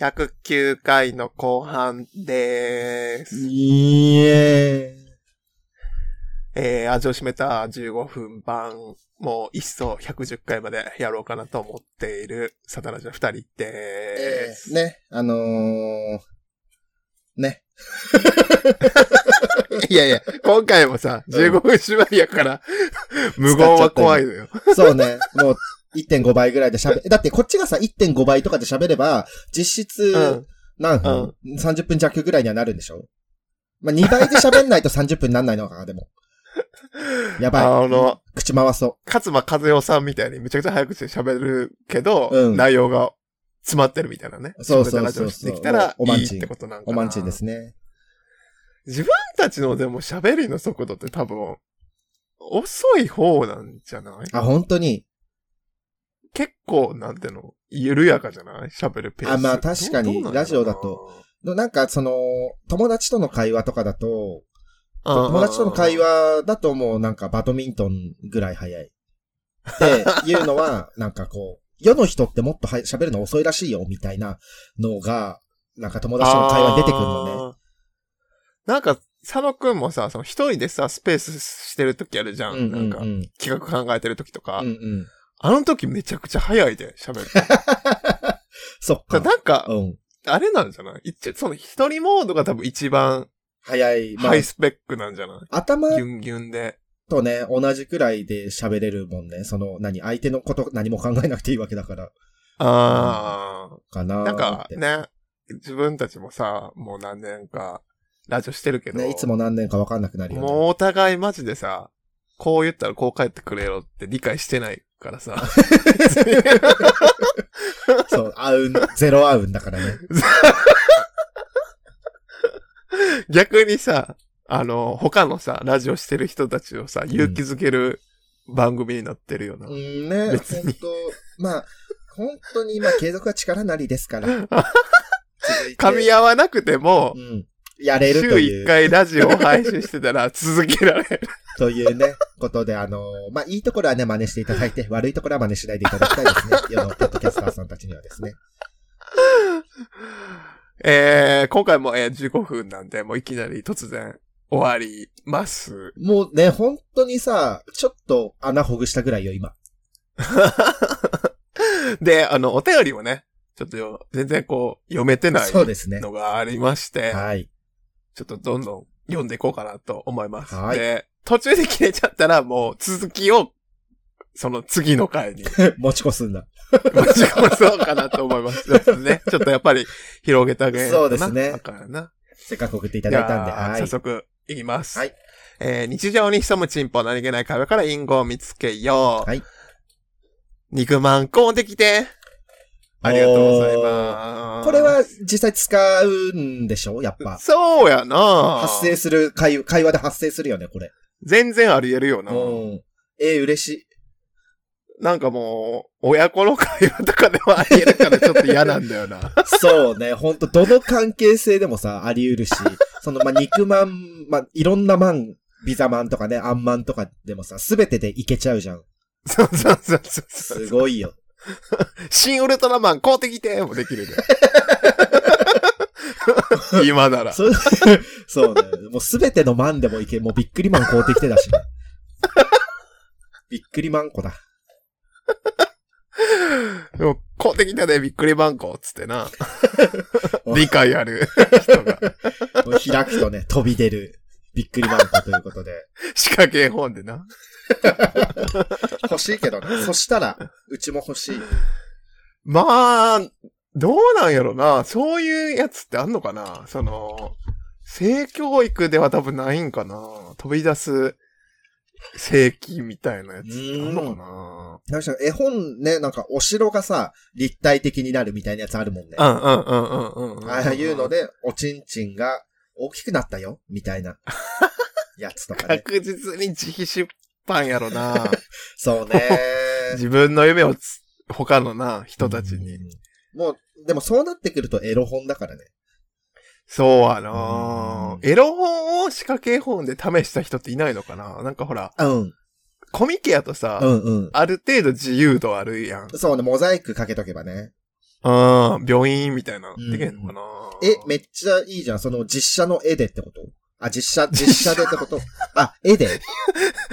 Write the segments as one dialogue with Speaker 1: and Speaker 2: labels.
Speaker 1: 109回の後半でーす。
Speaker 2: イエ
Speaker 1: えー、味を占めた15分版、もう一層110回までやろうかなと思っている、サタラジの二人
Speaker 2: ーイ。
Speaker 1: でーす。
Speaker 2: ね、あのー、ね。
Speaker 1: いやいや、今回もさ、15分縛りやから、無言は怖いのよ。
Speaker 2: そうね、 もう1.5倍ぐらいで喋、だってこっちがさ、1.5倍とかで喋れば、実質。何分、?30 分弱ぐらいにはなるんでしょまあ、2倍で喋んないと30分なんないのかな、でも。やばい。
Speaker 1: あの、
Speaker 2: 口回そ
Speaker 1: 勝間和代さんみたいにめちゃくちゃ早口で喋るけど、
Speaker 2: うん
Speaker 1: 内容が詰まってるみたいなね。
Speaker 2: そうそうそうそう
Speaker 1: れでラジオしてきたら、
Speaker 2: お
Speaker 1: い
Speaker 2: まん
Speaker 1: い
Speaker 2: ちん
Speaker 1: ってことなん
Speaker 2: う。
Speaker 1: か
Speaker 2: お
Speaker 1: な。
Speaker 2: まんちんですね。
Speaker 1: 自分たちのでも喋りの速度って多分、遅い方なんじゃない
Speaker 2: あ、本当に。
Speaker 1: 結構、なんていうの、緩やかじゃない喋るペース。
Speaker 2: あまあ確かに
Speaker 1: どうどうなんやろな
Speaker 2: ラジオだと。のなんか、その、友達との会話とかだと、友
Speaker 1: 友
Speaker 2: 達との会。話だともうなんかバドミントンぐらい早い。っていうのは、なんかこう、世の人ってもっとは喋るの遅いらしいよ、みたいなのが、なんか友達との会話に出てくるのね。
Speaker 1: ね。なんか、佐野くんもさ、その一人でさ、スペースしてる時あるじゃん。
Speaker 2: うんうん
Speaker 1: な
Speaker 2: うん
Speaker 1: か、
Speaker 2: ん。
Speaker 1: 企画考えてる時とか。
Speaker 2: うんうん。
Speaker 1: あの時めちゃくちゃ早いで、 喋る。
Speaker 2: そっ
Speaker 1: だから
Speaker 2: か。
Speaker 1: なんか
Speaker 2: う、ん。
Speaker 1: あれなんじゃない一その一人モードが多分一番
Speaker 2: 早い。まあ
Speaker 1: ハイスペックなんじゃない、
Speaker 2: 頭
Speaker 1: ギュンギュンで。
Speaker 2: とね、同じくらいで喋れるもんね。その、何、相手のこと何も考えなくていいわけだから。
Speaker 1: ああ、
Speaker 2: かなーって
Speaker 1: なんかね、自分たちもさ、もう何年か、ラジオしてるけど、
Speaker 2: ね、いつも何年かわかんなくなるよね。
Speaker 1: もうお互いマジでさ、こう言ったらこう帰ってくれよって理解してないからさ。
Speaker 2: そう、合うん、ゼロ合うんだからね。
Speaker 1: 逆にさ、あの、他のさ、ラジオしてる人たちをさ、勇気づける番組になってるよな。
Speaker 2: うんね、
Speaker 1: 別
Speaker 2: 本当まあ、本当に今継続は力なりで すから。続いて
Speaker 1: 噛み合わなくても
Speaker 2: う、ん。やれる
Speaker 1: 週
Speaker 2: とい
Speaker 1: 一
Speaker 2: う、
Speaker 1: 回ラジオを配信してたら 続けられる。
Speaker 2: というね、ことで、あのーまあ、いいところはね、真似していただ いて、悪いところは真似しないでいただきたいですね。世のポッドキャスターさんたちにはですね。
Speaker 1: えー、今回も、えー、15分なんで、もういきなり突然終わります。
Speaker 2: もうね、本当にさ、ちょっと穴ほぐしたぐらいよ、今。
Speaker 1: で、あの、お便りをね、ちょっとよ全然こう、読めてない
Speaker 2: そうですね。
Speaker 1: のがありまして、
Speaker 2: はい。
Speaker 1: ちょっとどんどん読んでいこうかなと思います。
Speaker 2: はい
Speaker 1: で、途中で切れちゃったらもう続きを、その次の回に
Speaker 2: 持ち越すんだ。
Speaker 1: 持ち込そうかなと思います。ちょっと ね、ちょっとやっぱり広げてあげないとな
Speaker 2: そうですね
Speaker 1: だからな。
Speaker 2: せっかく送って
Speaker 1: じ
Speaker 2: いただいたんで、
Speaker 1: ゃあ
Speaker 2: は
Speaker 1: 早
Speaker 2: い。
Speaker 1: 速いきます。
Speaker 2: はい
Speaker 1: えー日常に潜むチンポ何気ない壁から隠語を見つけよう。
Speaker 2: はい
Speaker 1: 肉まんこんできて。ありがとうございます。
Speaker 2: これは実際使うんでしょやっぱ。
Speaker 1: そうやな
Speaker 2: 発生する会、会話で発生するよね、これ。
Speaker 1: 全然あり得るよな。
Speaker 2: うん。ええ嬉しい。
Speaker 1: なんかもう、親子の会話とかでもあり得るからちょっと嫌なんだよな。
Speaker 2: そうね、ほんと、どの関係性でもさ、あり得るし、その、まあ、肉まん、まあ、いろんなまん、ビザまんとかね、あんまんとかでもさ、すべてでいけちゃうじゃん。
Speaker 1: そうそうそうそうそう。
Speaker 2: すごい よ。
Speaker 1: 新ウルトラマン買うてきてもできる で。今なら。
Speaker 2: そそうね、もうすべてのまんでもいけ、もうびっくりまん買うてきてだし、ね。びっくりまんこだ。。
Speaker 1: でも買うてきたでびっくりマンコつってな理解ある人が
Speaker 2: もう開くとね、飛び出る。びっくりまんこということで。
Speaker 1: 仕掛け絵本でな。
Speaker 2: 欲しいけどね。そしたら、うちも欲しい。
Speaker 1: まあ、どうなんやろな。そういうやつってあんのかなその、性教育では多分ないんかな。飛び出す性器みたいなやつってあんのかな。
Speaker 2: なんか絵本ね、なんかお城がさ、立体的になるみたいなやつあるもんね。あ
Speaker 1: うんうんうんうんうん。
Speaker 2: あいうの。で、おちんちんが大きくなったよ、みた いなやつとかね。
Speaker 1: 確実に自費出版やろ な。
Speaker 2: そうね。
Speaker 1: 自分の夢をつ他のな、 人たちに。
Speaker 2: うん。もう、でもそうなってくるとエロ本だからね。
Speaker 1: そうあの
Speaker 2: うん
Speaker 1: ー、エロ本を仕掛け絵本で試した人っていないのかななんかほら、
Speaker 2: うん。
Speaker 1: コミケやとさ、
Speaker 2: うんうん。
Speaker 1: ある程度自由度あるやん。
Speaker 2: そうね、モザイクかけとけばね。
Speaker 1: ああ、病院みたいな、
Speaker 2: うん
Speaker 1: できんのかな、
Speaker 2: え、めっちゃいいじゃん。その実写の絵でってことあ、実写、実写でっ てことあ、絵で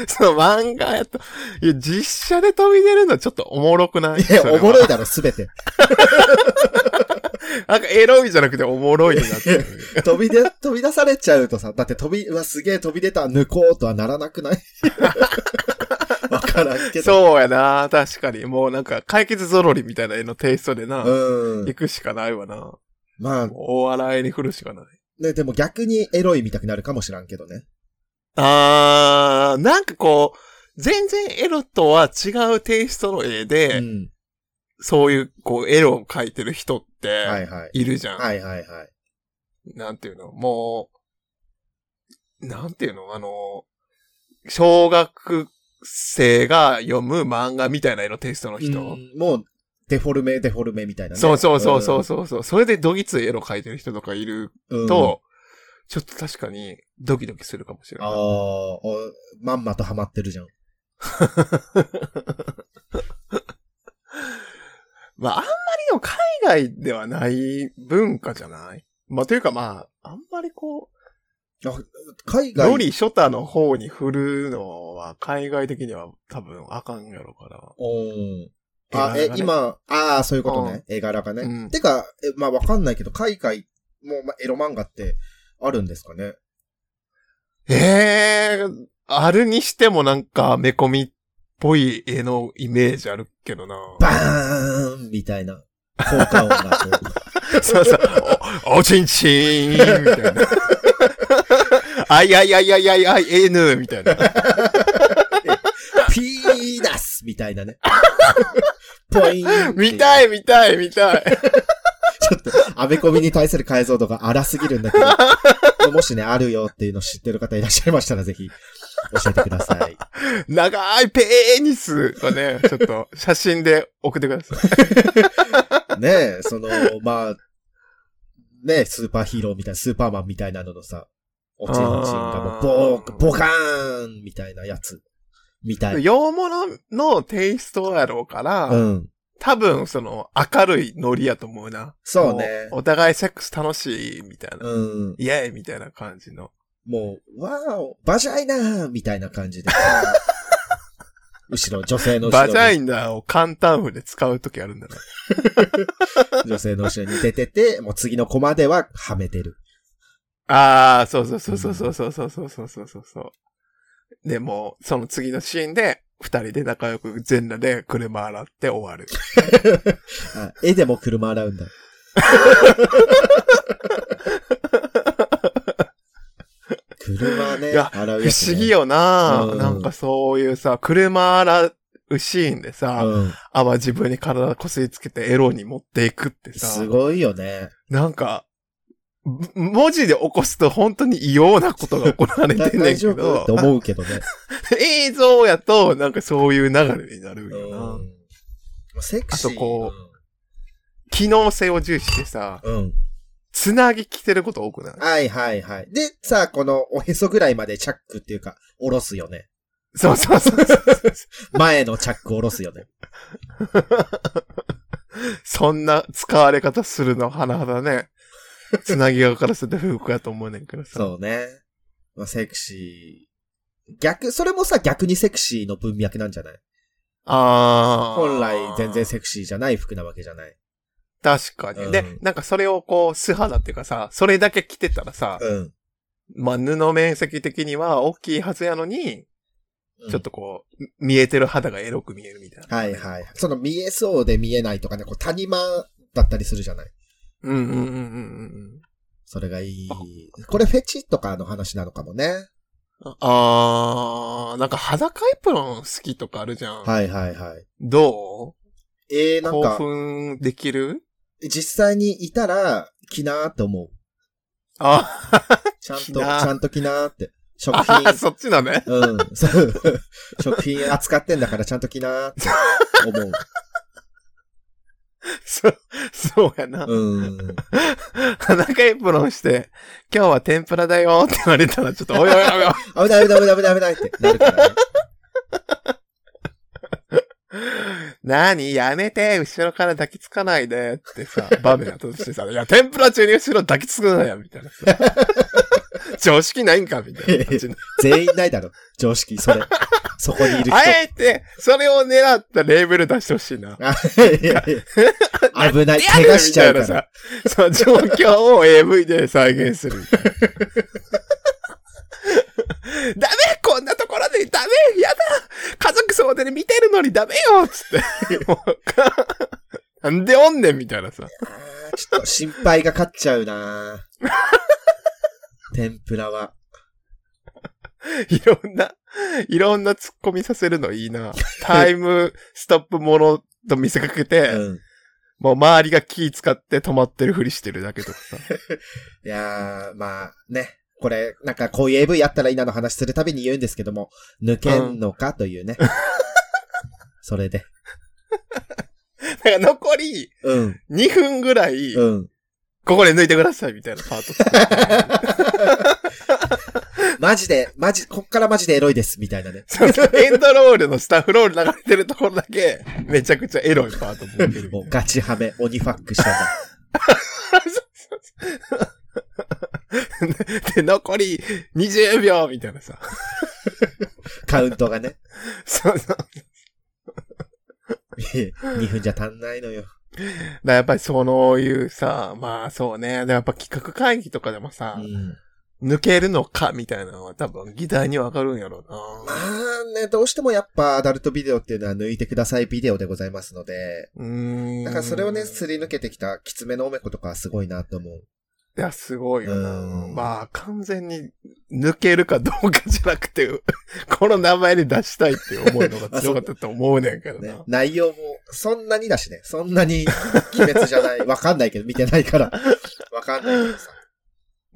Speaker 1: そう、漫画やと。いや、実写で飛び出るのはちょっとおもろくない
Speaker 2: いや、
Speaker 1: それは
Speaker 2: おもろいだろ、すべて。
Speaker 1: なんかエロいじゃなくておもろいになってる。
Speaker 2: 飛び出、飛び出されちゃうとさ、だって飛び、うわ、すげえ飛び出た、抜こうとはならなくない わからんけど。
Speaker 1: そうやな、確かに。もうなんか解決ぞろりみたいな絵のテイストでな、
Speaker 2: う
Speaker 1: 行
Speaker 2: ん。
Speaker 1: くしかないわな。も
Speaker 2: まあ
Speaker 1: う、お笑いに振るしかない。
Speaker 2: ね、でも逆にエロい見たくなるかもしらんけどね。
Speaker 1: あー、なんかこう、全然エロとは違うテイストの絵で、
Speaker 2: うん。
Speaker 1: そういう、こう、エロを描いてる人っ
Speaker 2: は
Speaker 1: て、
Speaker 2: いはい。
Speaker 1: いるじゃん。
Speaker 2: はいはいはい。
Speaker 1: なんていうのもう、なんていうのあの、小学生が読む漫画みたいな色テイストの人。
Speaker 2: うんもう、デフォルメ、デフォルメみたいな、ね。
Speaker 1: そうそうそうそうそうそう。それでドギツいエロ描いてる人とかいる
Speaker 2: うん。うん
Speaker 1: と、ちょっと確かにドキドキするかもしれ
Speaker 2: あ
Speaker 1: ない。
Speaker 2: あ、おまんまとハマってるじゃん。
Speaker 1: まあ、あんまりの海外ではない文化じゃないまあ、というかまあ、あんまりこう、
Speaker 2: 海外
Speaker 1: ロリショタの方に振るのは海外的には多分あかんやろか
Speaker 2: うん。
Speaker 1: ら。
Speaker 2: あ、え、
Speaker 1: 映画がね、
Speaker 2: 今、ああ、そういうことね。絵柄がね。
Speaker 1: うん
Speaker 2: てか、え、まあわかんないけど、海外も、まあ、エロ漫画ってあるんですかね。
Speaker 1: ええあるにしてもなんか、め込みっぽい絵のイメージあるけどな。
Speaker 2: バーンみたいな。効果音がこ う。
Speaker 1: そうそう。お、おちんちーんみた いな。あいあいあいあいあいあい、N みたいな。
Speaker 2: ピーナスみたいなね。ポイン
Speaker 1: 見た
Speaker 2: い
Speaker 1: い見たい見たい。
Speaker 2: ちょっと、アメコミに対する解像度が荒すぎるんだけど、もしね、あるよっていうの知ってる方いらっしゃいましたら、ぜひ、教えてください。
Speaker 1: 長いペーニスはね、ちょっと写真で送ってください。
Speaker 2: ねえ、その、まあ、ねえ、スーパーヒーローみたいな、スーパーマンみたいなののさ、おちんちんがもう、ボー、ボカーンみたいなやつ、みたい。
Speaker 1: 洋物のテイストやろうから、
Speaker 2: うん。
Speaker 1: 多分その明るいノリやと思うな。
Speaker 2: そうね
Speaker 1: も。お互いセックス楽しいみたいな。
Speaker 2: うん。
Speaker 1: イエーイみたいな感じの。
Speaker 2: もう、わーお、バジャイナーみたいな感じで。 後ろ、女性の後ろ
Speaker 1: バ
Speaker 2: に。
Speaker 1: ジャイナーを簡単風で使うときあるんだね。
Speaker 2: 女性の後ろに出てて、もう次のコマでは、はめてる。
Speaker 1: ああ、そうそうそうそうそうそうそうそうそうそうそうそう。で、もう、その次のシーンで、二人で仲良く全裸で車洗って終わる。
Speaker 2: あ絵でも車洗 うんだ。車ね、
Speaker 1: いや
Speaker 2: 洗う
Speaker 1: 不
Speaker 2: やつね
Speaker 1: 思議よな、
Speaker 2: うん
Speaker 1: なんかそういうさ、車洗うシーンでさ、
Speaker 2: うん。
Speaker 1: あわ自分に体こすりつけてエロに持っていくってさ、
Speaker 2: すごいよね。
Speaker 1: なんか、ぶ文字で起こすと本当に異様なことが行われてんね
Speaker 2: 大
Speaker 1: ん
Speaker 2: 丈
Speaker 1: け
Speaker 2: 夫
Speaker 1: ど
Speaker 2: って、思 うけどね。
Speaker 1: 映像やとなんかそういう流れになるよな。
Speaker 2: うんセクシー。
Speaker 1: あとこ機能性を重視してさ、
Speaker 2: うん。うん。
Speaker 1: つなぎ着てること多くない
Speaker 2: はいはいはい。で、さあ、このおへそぐらいまでチャックっていうか、下ろすよね。
Speaker 1: そうそうそうそう。
Speaker 2: 前のチャック下ろすよね。
Speaker 1: そんな使われ方するの、はなはだね。つなぎがからすると不服やと思うねんけどさ。
Speaker 2: そうね。まあ、セクシー。逆、それもさ、逆にセクシーの文脈なんじゃない
Speaker 1: ああ。
Speaker 2: 本来全然セクシーじゃない服なわけじゃない。
Speaker 1: 確かに。で
Speaker 2: うん、
Speaker 1: なんかそれをこう、素肌っていうかさ、それだけ着てたらさ、
Speaker 2: うん。
Speaker 1: まあ、布面積的には大きいはずやのに、ちょっ
Speaker 2: と。
Speaker 1: とこう、見えてる肌がエロく見えるみたいな。
Speaker 2: はいはい。その見えそうで見えないとかね、こう谷間だったりするじゃない。
Speaker 1: うんうんうんうんうん
Speaker 2: それがいい。これフェチとかの話なのかもね。
Speaker 1: うん。あー、なんか裸エプロン好きとかあるじゃん。
Speaker 2: はいはいはい。
Speaker 1: ど
Speaker 2: えー、
Speaker 1: う
Speaker 2: なん
Speaker 1: 興
Speaker 2: か、
Speaker 1: 奮できる
Speaker 2: 実際にいたら、着なーって思う。
Speaker 1: あ
Speaker 2: ちゃんと、
Speaker 1: 着
Speaker 2: ち
Speaker 1: なー
Speaker 2: ゃんと着なーって。食
Speaker 1: あ
Speaker 2: 品
Speaker 1: ー、、そっちだね。
Speaker 2: うん、そう。食品扱ってんだからちゃんと着なーって思う。
Speaker 1: そう、そうやな。
Speaker 2: うん。
Speaker 1: 裸エプロンして、今日は天ぷらだよって言われたら、ちょっと、おいおいおいおい、
Speaker 2: 危ない危ない危ない危ない危ないってなるからね。
Speaker 1: なにやめて後ろから抱きつかないでってさ、場面だとしてさ、いや、天ぷら中に後ろ抱きつくなよみたいなさ。常識ないんかみたいな感じ の。
Speaker 2: 全員ないだろ。常識、それ。そこにいる人。
Speaker 1: あえて、それを狙ったレーベル出してほしいな。
Speaker 2: あいやいや危ない。怪我しちゃうから。
Speaker 1: みたいなさ、その状況を AV で再現するみたいな。ダメこんなところでダメやだ家族総出で見てるのにダメよつって。 もうかなんでおんねんみたいなさ。
Speaker 2: ちょっと心配が勝っちゃうな天ぷらは。
Speaker 1: いろんな、いろんな突っ込みさせるのいいな。タイムストップものと見せかけて、
Speaker 2: うん。
Speaker 1: もう周りが気使って止まってるふりしてるだけとか さ。
Speaker 2: いやー、まあね。これ、なんかこういう AV やったらいいなの話するたびに言うんですけども、抜けんのかというね。それで。
Speaker 1: だから残り
Speaker 2: うん、
Speaker 1: 2分ぐらい、
Speaker 2: うん。
Speaker 1: ここで抜いてくださいみたいなパート作って。
Speaker 2: マジで、マジ、こっからマジでエロいです、みたいなね。
Speaker 1: そうそうエンドロールのスタッフロール流れてるところだけ、めちゃくちゃエロいパート設ける みた
Speaker 2: も
Speaker 1: いうな。
Speaker 2: ガチハメ、鬼ファックしたんだ。
Speaker 1: で、残り20秒みたいなさ。
Speaker 2: カウントが ね。
Speaker 1: そうそう。
Speaker 2: 2分じゃ足んないのよ。
Speaker 1: だからやっぱりそういうさ、まあそうね。でやっぱ企画会議とかでも
Speaker 2: う
Speaker 1: さ、
Speaker 2: ん。
Speaker 1: 抜けるのかみたいなのは多分議題にわかるんやろう
Speaker 2: ま
Speaker 1: な。
Speaker 2: あね、どうしてもやっぱアダルトビデオっていうのは抜いてくださいビデオでございますので、
Speaker 1: うーん。
Speaker 2: だからそれをね、すり抜けてきたきつめのおめことかはすごいなと思う。
Speaker 1: いや、すごいよな
Speaker 2: う。ん
Speaker 1: まあ、完全に抜けるかどうかじゃなくて、 この名前に出したいっていう思いのが強かったと思うねんけど
Speaker 2: ね
Speaker 1: な、。
Speaker 2: 内容もそんなにだしね、そんなに鬼滅じゃない、わかんないけど、見てないから、わかんないけどさ。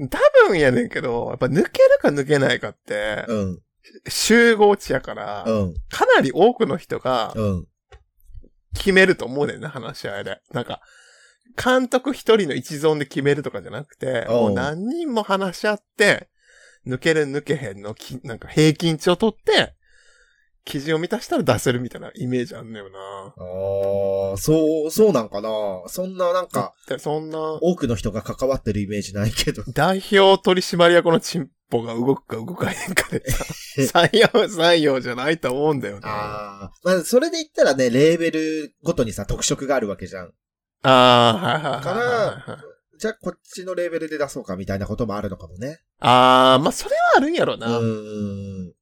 Speaker 1: 多分やねんけど、やっぱ抜けるか抜けないかって、
Speaker 2: うん、
Speaker 1: 集合値やから、
Speaker 2: うん、
Speaker 1: かなり多くの人が
Speaker 2: うん、
Speaker 1: 決めると思うねんな、話し合いで。なんか、監督一人の一存で決めるとかじゃなくて、も
Speaker 2: おう
Speaker 1: う何人も話し合って、抜ける抜けへんのき、なんか平均値を取って、基準を満たしたら出せるみたいなイメージあんのよな。
Speaker 2: ああ、そう、そうなんかなそんななんか、
Speaker 1: でそんな、
Speaker 2: 多くの人が関わってるイメージないけど。
Speaker 1: 代表取締役のチンポが動くか動かへんかでさ、 採用採用じゃないと思うんだよね。
Speaker 2: ああ、まあ、それで言ったらね、レーベルごとにさ、特色があるわけじゃん。
Speaker 1: ああ、はいはいはいはい
Speaker 2: か
Speaker 1: はい
Speaker 2: ら。、じゃあこっちのレーベルで出そうかみたいなこともあるのかもね。
Speaker 1: ああ、まあ、それはあるんやろ
Speaker 2: う
Speaker 1: な。
Speaker 2: ーん。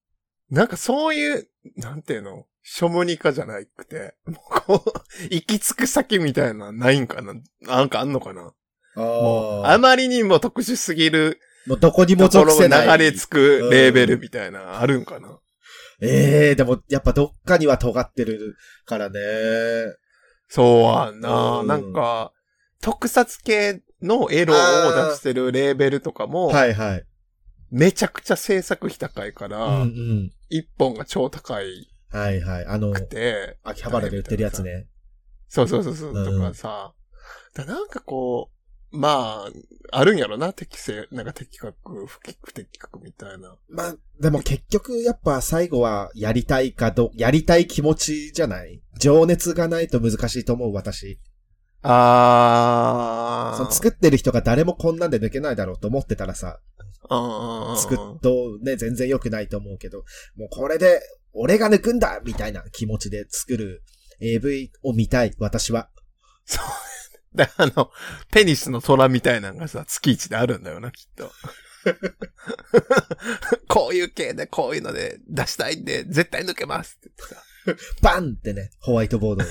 Speaker 1: なんかそういう、なんていうの、ショムニカじゃなくて、もうこう、行き着く先みたいな、ないんかななんかあんのかなもう、
Speaker 2: あ
Speaker 1: あ
Speaker 2: あ。
Speaker 1: まりにも特殊すぎる
Speaker 2: もうどこにも
Speaker 1: とこ
Speaker 2: 属
Speaker 1: ろ
Speaker 2: せない。
Speaker 1: が流れ着くレーベルみたいな、あるんかな
Speaker 2: ええでも、やっぱどっかには尖ってるからね。
Speaker 1: そうはな、
Speaker 2: うん
Speaker 1: なんか、特撮系のエロを出してるレーベルとかも、
Speaker 2: はいはい。
Speaker 1: めちゃくちゃ制作費高いか
Speaker 2: うんう
Speaker 1: ら、
Speaker 2: ん。
Speaker 1: 一、本が超高い
Speaker 2: はいはい。あの
Speaker 1: く、て、
Speaker 2: 秋葉原で売ってるやつね。
Speaker 1: そうそうそうそう、
Speaker 2: うん
Speaker 1: とかさ。だなんかこう、まあ、あるんやろな、適正、なんか的確、不不的確みたいな。
Speaker 2: まあ、でも結局、やっぱ最後は、やりたいかど、やりたい気持ちじゃない情熱がないと難しいと思う、私。
Speaker 1: あ
Speaker 2: その作ってる人が誰もこんなんで抜けないだろうと思ってたらさ、作っとね、全然良くないと思うけど、もうこれで、俺が抜くんだみたいな気持ちで作る AV を見たい、私は。
Speaker 1: で、あの、ペニスの虎みたいなのがさ、月一であるんだよな、きっ と。こういう系で、こういうので出したいんで、絶対抜けますって言ってさ。
Speaker 2: バンってね、ホワイトボードに。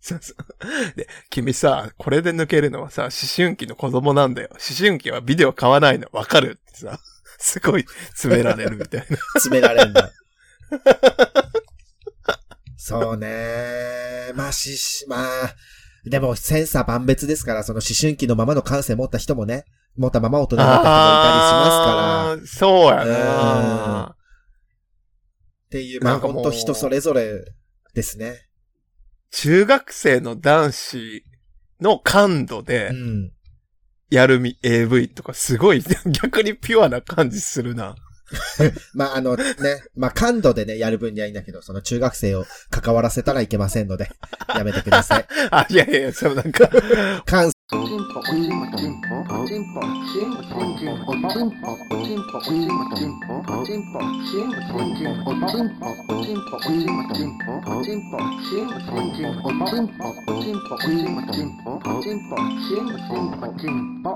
Speaker 1: そうそう。で、君さ、これで抜けるのはさ、思春期の子供なんだよ。思春期はビデオ買わないの、わかるってさ、すごい詰められるみた いな。
Speaker 2: 詰められんだ。そうね。まあ、しし、まあ、でも、センサー万別ですから、その思春期のままの感性持った人もね、持ったまま大人になった人もいたりしますから、っ
Speaker 1: あーそうや
Speaker 2: うん
Speaker 1: な。
Speaker 2: ていう、ま
Speaker 1: な
Speaker 2: あ、
Speaker 1: んかもう
Speaker 2: ほんと人それぞれですね。
Speaker 1: 中学生の男子の感度
Speaker 2: う
Speaker 1: で
Speaker 2: ん。
Speaker 1: やるみ AV とかすごい逆にピュアな感じするな。
Speaker 2: まあ、あのね、まあ、感度でね、やる分にはいいんだけど、その中学生を関わらせたらいけませんので、やめてく ださい。
Speaker 1: あ、いやいや、そのなんか、
Speaker 2: 感
Speaker 3: おちんぽおちんぽおちんぽおちんぽおちんぽおちんぽおちんぽおちんぽおちんぽおちんぽおちんぽおちんぽおちんぽおちんぽおちんぽおちんぽおちんぽおちんぽおちんぽおちんぽおちんぽおちんぽおちんぽおちんぽおちんぽおちんぽおちんぽおちんぽ